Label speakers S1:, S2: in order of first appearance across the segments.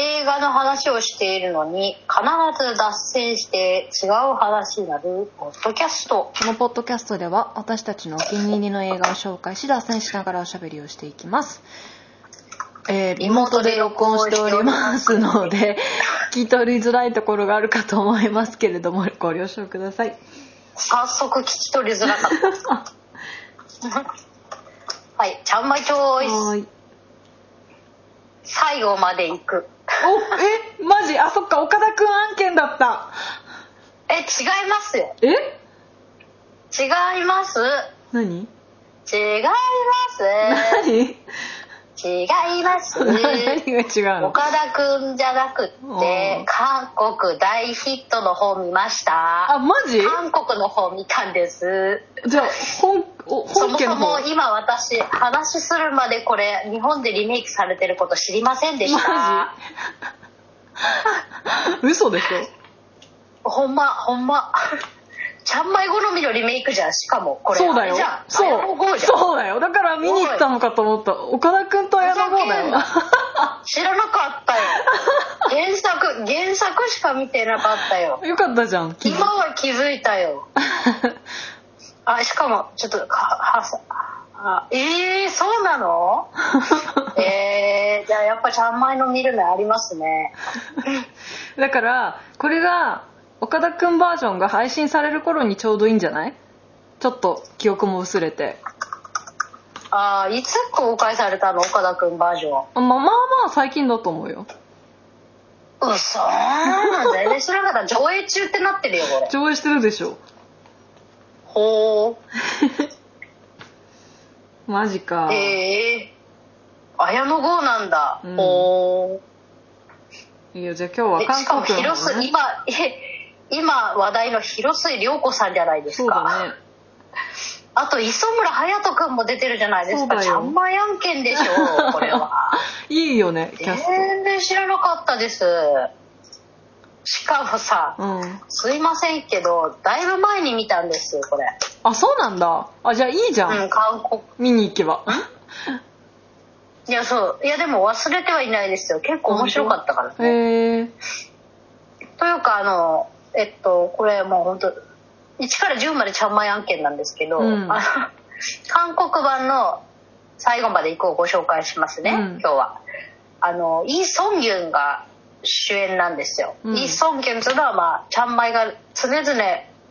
S1: 映画の話をしているのに必ず脱線して違う話になるポッドキャスト
S2: このポッドキャストでは私たちのお気に入りの映画を紹介し脱線しながらおしゃべりをしていきます、えーリモートで録音しておりますので聞き取りづらいところがあるかと思いますけれどもご了承ください
S1: 早速聞き取りづらか ったはいちゃんまいチョ
S2: は
S1: イ
S2: ーい
S1: ス最後まで行く
S2: おえマジあそっか岡田くん案件だった
S1: え違いますよ
S2: え
S1: 違います
S2: 何
S1: 違い ます
S2: 何
S1: 違い ます
S2: 何が違うの
S1: 岡田くんじゃなくって
S2: うん
S1: 韓国大ヒットの方見ました
S2: あマジ
S1: 韓国の方見たんです
S2: じゃあ本お
S1: そ
S2: 本
S1: も
S2: 家
S1: そ
S2: の
S1: も
S2: 方
S1: 今私話するまでこれ日本でリメイクされてること知りませんでした
S2: マジ 嘘でしょ
S1: ほんまほんま ちゃんまい好みのリメイクじゃんしかもこれ
S2: そうだ
S1: あれ
S2: よ
S1: じゃん
S2: そ
S1: 綾野剛
S2: う
S1: じゃん
S2: そうだよだから見に行ったのかと思った岡田君と綾野剛だよ
S1: ふ知らなか ったよ原作原作しか見てなかったよ
S2: よかったじゃん気づ
S1: 今は気づいたよあしかもちょっとははさあえー、そうな のえー、じゃあやっぱちゃんまいの見る目ありますね
S2: だからこれが岡田君バージョンが配信される頃にちょうどいいんじゃないちょっと記憶も薄れて
S1: ああいつ公開されたの岡田くんバージョン
S2: あまあまあまあ最近だと思うよ
S1: うそー全 然知らなかった上映中ってなってるよこれ
S2: 上映してるでしょ
S1: ほ
S2: マジか、
S1: うええー、綾野剛なんだ、
S2: うん
S1: ほ
S2: いいよじゃあ今
S1: う
S2: 日は
S1: えしか
S2: 韓
S1: も
S2: 国の
S1: 広
S2: 方
S1: 末
S2: ね
S1: 今え今話題の広末涼子さんじゃないです
S2: そう
S1: か
S2: だね
S1: あと磯村隼人君も出てるじゃないです
S2: そうだ
S1: か
S2: よ
S1: ちゃんまやんけんでし ょこれは
S2: いいよねキャス
S1: 全然知らなかったですしかもさ、
S2: トうん
S1: すいませんけどだいぶ前に見たんですよこれ
S2: あそうなんだあじゃあいいじゃん、
S1: うん韓国
S2: 見に行けば
S1: いやそういやでも忘れてはいないですよ結構面白かったから
S2: へ
S1: ね、
S2: えー、
S1: というかあのえっとこれもう本当1から10までちゃんまい案件なんですけど、
S2: うん
S1: あの韓国版の最後まで行こうをご紹介しますね、
S2: うん
S1: 今日はあのイ・ソンギュンが主演なんですよ、
S2: うん
S1: イ・ソンギュンというのは、まあ、ちゃんまいが常々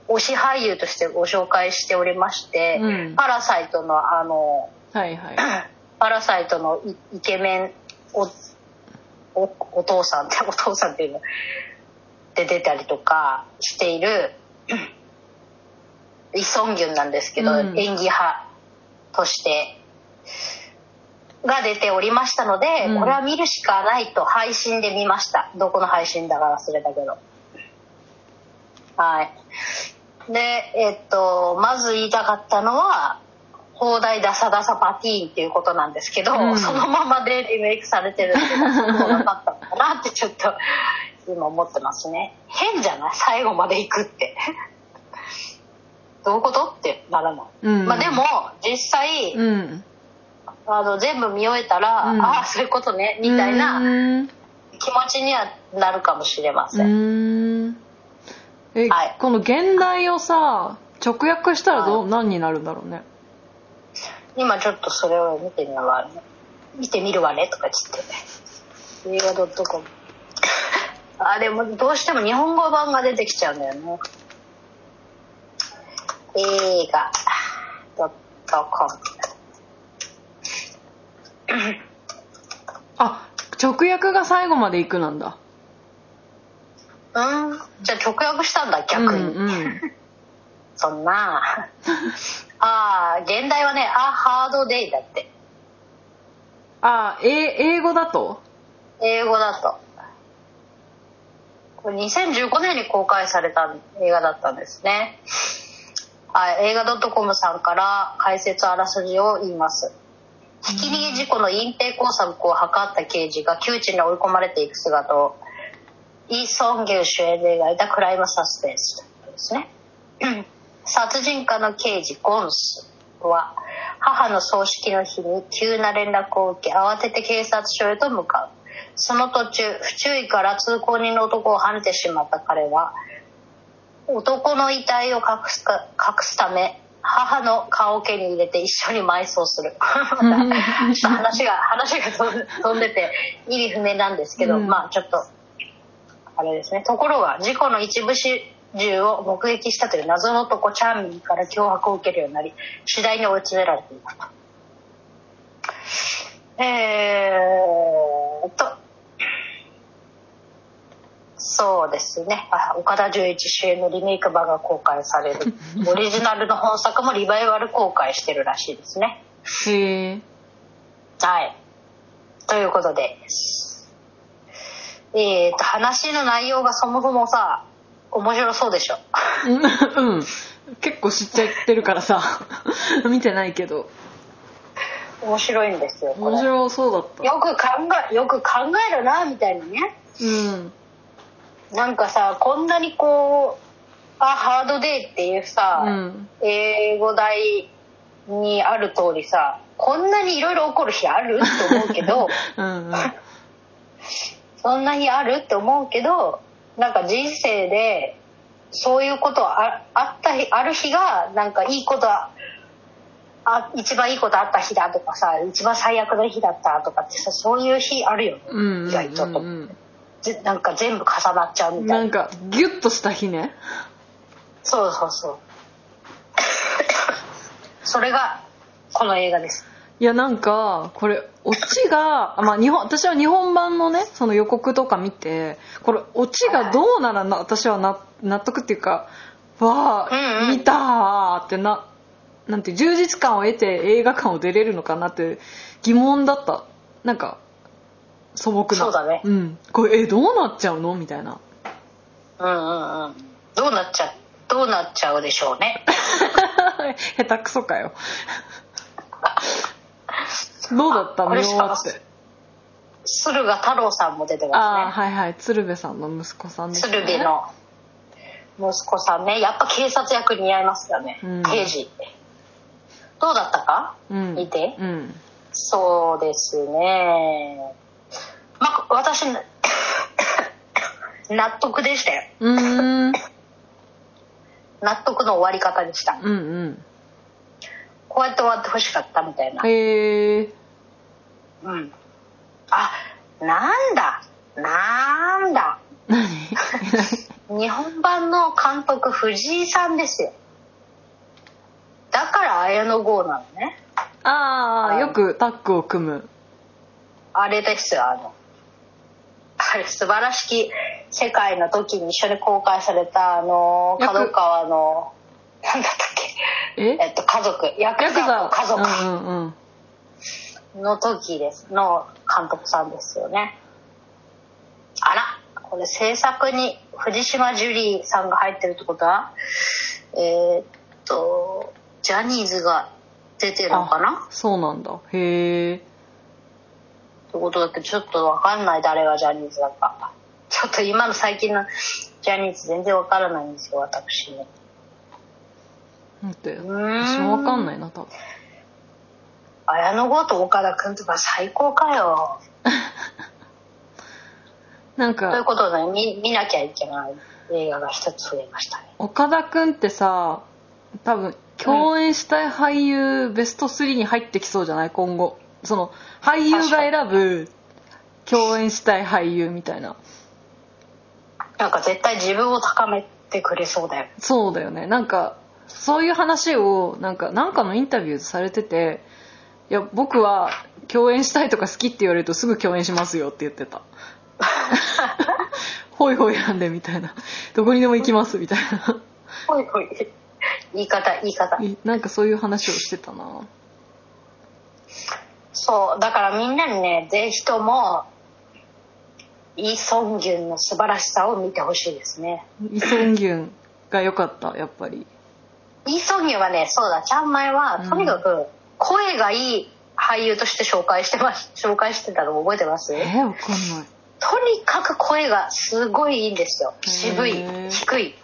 S1: 推し俳優としてご紹介しておりまして「
S2: うん
S1: パラサイトの」あの
S2: はいはい
S1: パラサイトのイイケメンおおお父さんって お父さんっていうので出たりとかしている イ・ソンギュンなんですけど、
S2: うん
S1: 演技派としてが出ておりましたので、
S2: うん
S1: これは見るしかないと配信で見ましたどこの配信だか忘れたけどはいでえっとまず言いたかったのは「放題ダサダサパティーン」っていうことなんですけど、
S2: うん
S1: そのままでリメイクされてるっていうのはそうなかったのかなってちょっと今思ってますね変じゃない最後まで行くってどういうことってならない、
S2: うん
S1: まあでも実際、
S2: うん
S1: あの全部見終えたら、
S2: うん
S1: ああそういうことねみたいうな
S2: ーん
S1: 気持ちにはなるかもしれません、
S2: うーんえ、
S1: はい
S2: この現代をさ直訳したらどう、何になるんだろうね
S1: 今ちょっとそれを見てみるわね見てみるわねとか言って映画 .com あでもどうしても日本語版が出てきちゃうんだよね映画 .com
S2: あ直訳が最後まで行くなんだ
S1: うんじゃあ直訳したんだ逆に、
S2: うんうん、
S1: そん なああ現代はねあハードデイだって
S2: あえ英語だと
S1: 英語だとこれ2015年に公開された映画だったんですねはい映画 .com さんから解説あらすじを言いますひき逃げ事故の隠蔽工作を図った刑事が窮地に追い込まれていく姿をイ・ソンギュウ主演で描いたクライムサスペンスですね 殺人家の刑事ゴンスは母の葬式の日に急な連絡を受け慌てて警察署へと向かうその途中不注意から通行人の男をはねてしまった彼は男の遺体を隠すか隠すため母の顔桶に入れて一緒に埋葬する またちょっと話が話が飛ん飛んでて意味不明なんですけど、
S2: うん
S1: まあちょっとあれですねところが事故の一部始終を目撃したという謎の男チャーミーから脅迫を受けるようになり次第に追い詰められていくとえーっとそうですねあ岡田准一主演のリメイク版が公開され るオリジナルの本作もリバイバル公開してるらしいですね
S2: へえ
S1: はい。ということで。えっ、と、話の内容がそもそもさ、面白そうでしょ。
S2: うんうん結構知っちゃってるからさ 見てないけど
S1: 面白いんですよ、これ。
S2: 面
S1: よ
S2: 白そうだった
S1: く考え、よく考えるな、みたいなね。
S2: うん
S1: なんかさ、こんなにこう、あ、ハードデイっていうさ、
S2: うん
S1: 英語題にある通りさ、こんなにいろいろ起こる日あるって思うけ ど、
S2: うんうん
S1: そんな日あるって思うけどなんか人生でそういうことああった日ある日がなんかいいことああ一番いいことあった日だとかさ一番最悪の日だったとかってさそういう日あるよね、
S2: うんうん
S1: 意外と
S2: うんうん
S1: ぜなんか全部重なっちゃうみたい
S2: な
S1: なん
S2: かギュッとした日ね
S1: そうそうそう それがこの映画です
S2: いやなんかこれオチが、あまあ、日本私は日本版のねその予告とか見てこれオチがどうならな私はな納得っていうかわあ、
S1: うんうん
S2: 見たーってななんて充実感を得て映画館を出れるのかなって疑問だったなんか素朴な
S1: そうだね
S2: うん、これえどうなっちゃうのみたいな
S1: うんうんうんどうなっちゃどうなっちゃうでしょうね
S2: 下手くそか よどうだった
S1: あこ
S2: の
S1: れ
S2: っ
S1: しか
S2: て
S1: 駿河太郎さんも出てますね
S2: ああはいはい鶴瓶さんの息子さんですね
S1: 鶴瓶の息子さんねやっぱ警察役似合いますよね、
S2: うん
S1: 刑事どうだったか、
S2: うん
S1: 見て
S2: うん
S1: そうですねまあ私 納得でしたよ
S2: うーん
S1: 納得の終わり方でした
S2: うん
S1: こうやって終わってほしかったみたいな
S2: うんへえ
S1: うんあなんだなんだ
S2: 何
S1: 日本版の監督藤井さんですよだから綾野剛なのね
S2: ああ
S1: はい
S2: よくタッグを組む
S1: あれですよあのあれ素晴らしき世界の時に一緒に公開されたあの
S2: ヤク
S1: 角川のなんだったっけ
S2: え
S1: えっと家族ヤク
S2: ヤク
S1: ザ
S2: ザ
S1: の家
S2: う
S1: 族
S2: んうんうん
S1: の時ですの監督さんですよねあらこれ制作に藤島ジュリーさんが入ってるってことはえーっとジャニーズが出てるのかな
S2: あそうなんだへえ
S1: ってことだけどちょっとわかんない誰がジャニーズだかちょっと今の最近のジャニーズ全然わからないんですよ私ね
S2: 待って
S1: ーん
S2: 私もわかんないな多分
S1: 綾野剛と岡田君とか最高かよ
S2: なん
S1: という
S2: か
S1: ことで見見なきゃいけない映画が一つ増えましたね
S2: 岡田君ってさ多分共演したい俳優ベスト3に入ってきそうじゃない今後その俳優が選ぶ共演したい俳優みたいな
S1: なんか絶対自分を高めてくれそうだよ
S2: そうだよねなんかそういう話をなんかなんかのインタビューされてて「いや僕は共演したいとか好きって言われるとすぐ共演しますよ」って言って た「ほいほいなんで」みたいな「どこにでも行きます」みたいな
S1: ほいほい言い方言い方
S2: いなんかそういう話をしてたな
S1: そうだからみんなにねぜひともイ・ソンギュンの素晴らしさを見てほしいですね
S2: イ・ソンギュンが良かったやっぱり
S1: イ・ソンギョはねそうだちゃんまいは
S2: うん
S1: とにかく声がいい俳優として紹介して ます紹介してたの覚えてますと
S2: え
S1: に
S2: ー、わかんない
S1: かく声がすごいいいんですよ渋い
S2: へー
S1: 低い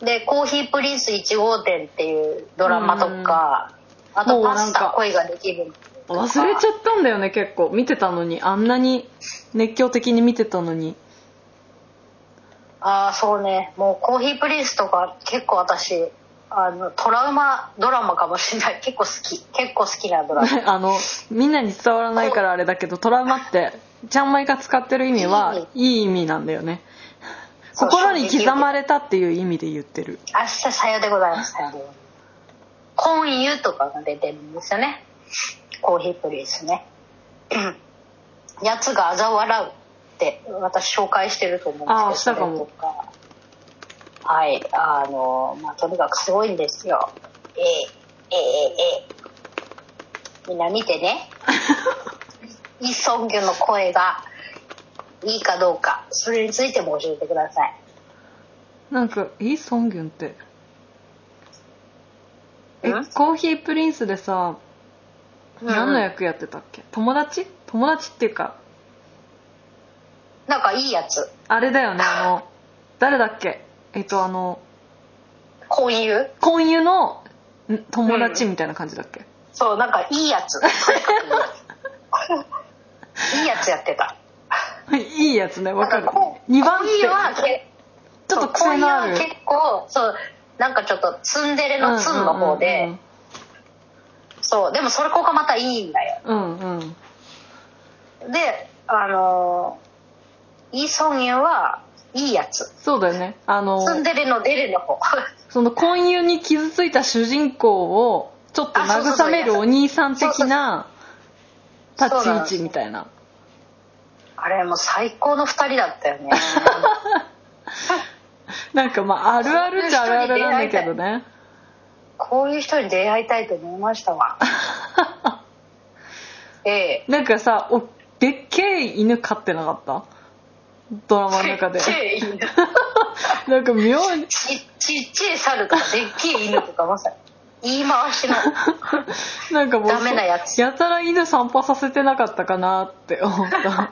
S1: で「コーヒープリンス1号店」っていうドラマとかあと
S2: も
S1: 「
S2: うなん
S1: パ
S2: か
S1: スタ恋ができる」
S2: 忘れちゃったんだよね結構見てたのにあんなに熱狂的に見てたのに
S1: ああそうねもうコーヒープリンスとか結構私あのトラウマドラマかもしれない結構好き結構好きなドラマ
S2: あのみんなに伝わらないからあれだけどトラウマってちゃんまいが使ってる意味はいい意味なんだよね
S1: そう
S2: 心に刻まれたっていう意味で言ってる
S1: 明日さようでございますさようでございます今湯とかが出てるんですよねコーヒープリンスね うんやつが嘲笑うって私紹介してると思うんですけど
S2: あーしたかも
S1: それとはいあのまあとにかくすごいんですよえー、えー、えー、えーみんな見て ねイ・ソンギョの声がいいかどうかそれについても教えてください
S2: なんかイ・ソンギュンってえ
S1: ん
S2: コーヒープリンスでさ何の役やってたっけ友達友達っていうか
S1: なんかいいやつ
S2: あれだよねあの誰だっけえっとあの
S1: 婚友
S2: 婚友のん友達みたいな感じだっけ、
S1: そうなんかいいやついいやつやってた
S2: いいやつねわかる
S1: なんこう
S2: 2番
S1: 恋は
S2: 手
S1: け
S2: ちょっと癖のある
S1: そう恋は結構そうなんかちょっとツンデレのツンの方で、そうでもそれこがまたいいんだよ
S2: うんうんうん、うんうん
S1: であのーイ・ソンユはいいやつ
S2: そうだよねあの
S1: ツンデレのデレの方
S2: その婚友に傷ついた主人公をちょっと慰めるお兄さん的な
S1: そう
S2: 立
S1: そうそうそう
S2: ち位置みたいな
S1: あれもう最高の二人だったよ ね
S2: なんかまああるあるっちゃあるあるなんだけどね
S1: こういう人に出会いたいと思いました わええ
S2: なんかさおでっけえ犬飼ってなかったドラマの中で
S1: ちっちゃい犬
S2: なんか妙に
S1: ちちっちゃい猿とかでっけえ犬とかまさに言い回し の
S2: なんかもう
S1: ダメなやつ
S2: やたら犬散歩させてなかったかなって思った
S1: 流行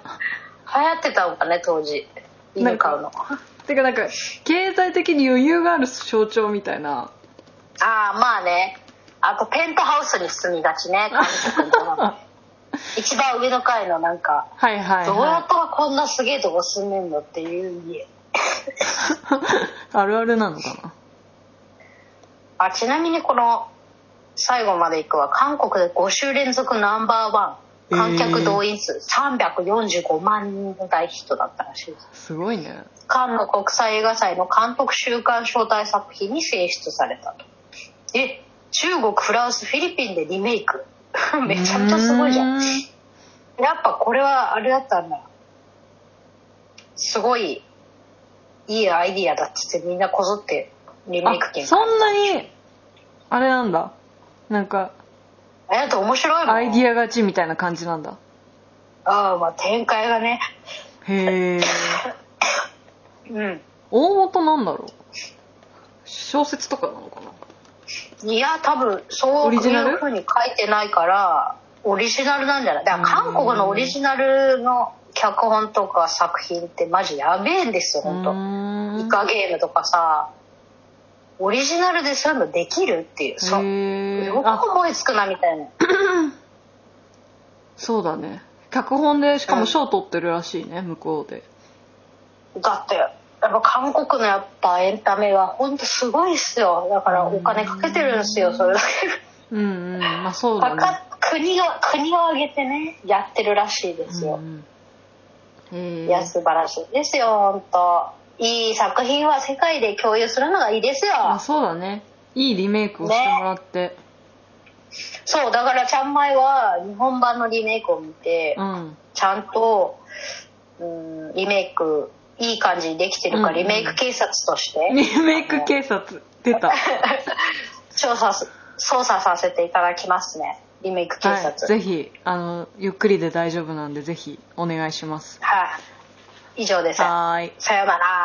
S1: ってたのかね当時犬飼うのあ
S2: てかなんか経済的に余裕がある象徴みたいな
S1: あーまあねあとペントハウスに住みがち ね韓国の一番上の階のなんか
S2: はいはい、
S1: どうや
S2: は
S1: ったらこんなすげえとこ住めんのっていう家
S2: い、あるあるなのかな
S1: あちなみにこの最後まで行くは韓国で5週連続ナンバーワン観客動員数345万人の大ヒットだったらしいです
S2: すごいね
S1: カンヌ国際映画祭の監督週間招待作品に選出されたとえ中国フランスフィリピンでリメイク めちゃめちゃすごいじゃん
S2: うー
S1: やっぱこれはあれだったんだすごいいいアイディアだっつってみんなこぞってリメイク
S2: あ
S1: 権
S2: そんなにあれなんだなんか
S1: あれだと面白いもん
S2: アイディア勝ちみたいな感じなんだ
S1: ああまあ展開がね
S2: へえ
S1: うん
S2: 大元なんだろう小説とかなのかない
S1: や多分そ
S2: オ
S1: うい
S2: リジナル
S1: うふうに書いてないからオリジナルなんじゃないだから韓国のオリジナルの脚本とか作品ってマジやべえんですよ
S2: う
S1: 本当。
S2: ー
S1: イ
S2: ん
S1: カゲームとかさオリジナルでそういうのできるっていうそう
S2: へえ
S1: よく
S2: あ
S1: 思いつくなみたいな
S2: そうだね脚本でしか
S1: う
S2: も
S1: ん
S2: 賞取ってるらしいね、向こうで
S1: だってやっぱ韓国のやっぱエンタメは本当すごいっすよだからお金かけてるんですよそれだけ
S2: うんうんまあそうだ
S1: わ
S2: ね
S1: か国が国を挙げてねやってるらしいですよ、
S2: うんうんへ
S1: いや
S2: え
S1: 素晴らしいですよ本当いい作品は世界で共有するのがいいですよ
S2: まあそうだねいいリメイクをしてもらって、
S1: そうだからちゃんまいは日本版のリメイクを見て、
S2: うん
S1: ちゃんと、うん、リメイクいい感じにできてるか、
S2: うん
S1: リメイク警察として
S2: リメイク警察出た、
S1: 調査す捜査させていただきますねリメイク警察
S2: はい、ぜひあのゆっくりで大丈夫なんでぜひお願いします
S1: はい、以上です
S2: はーい
S1: さようなら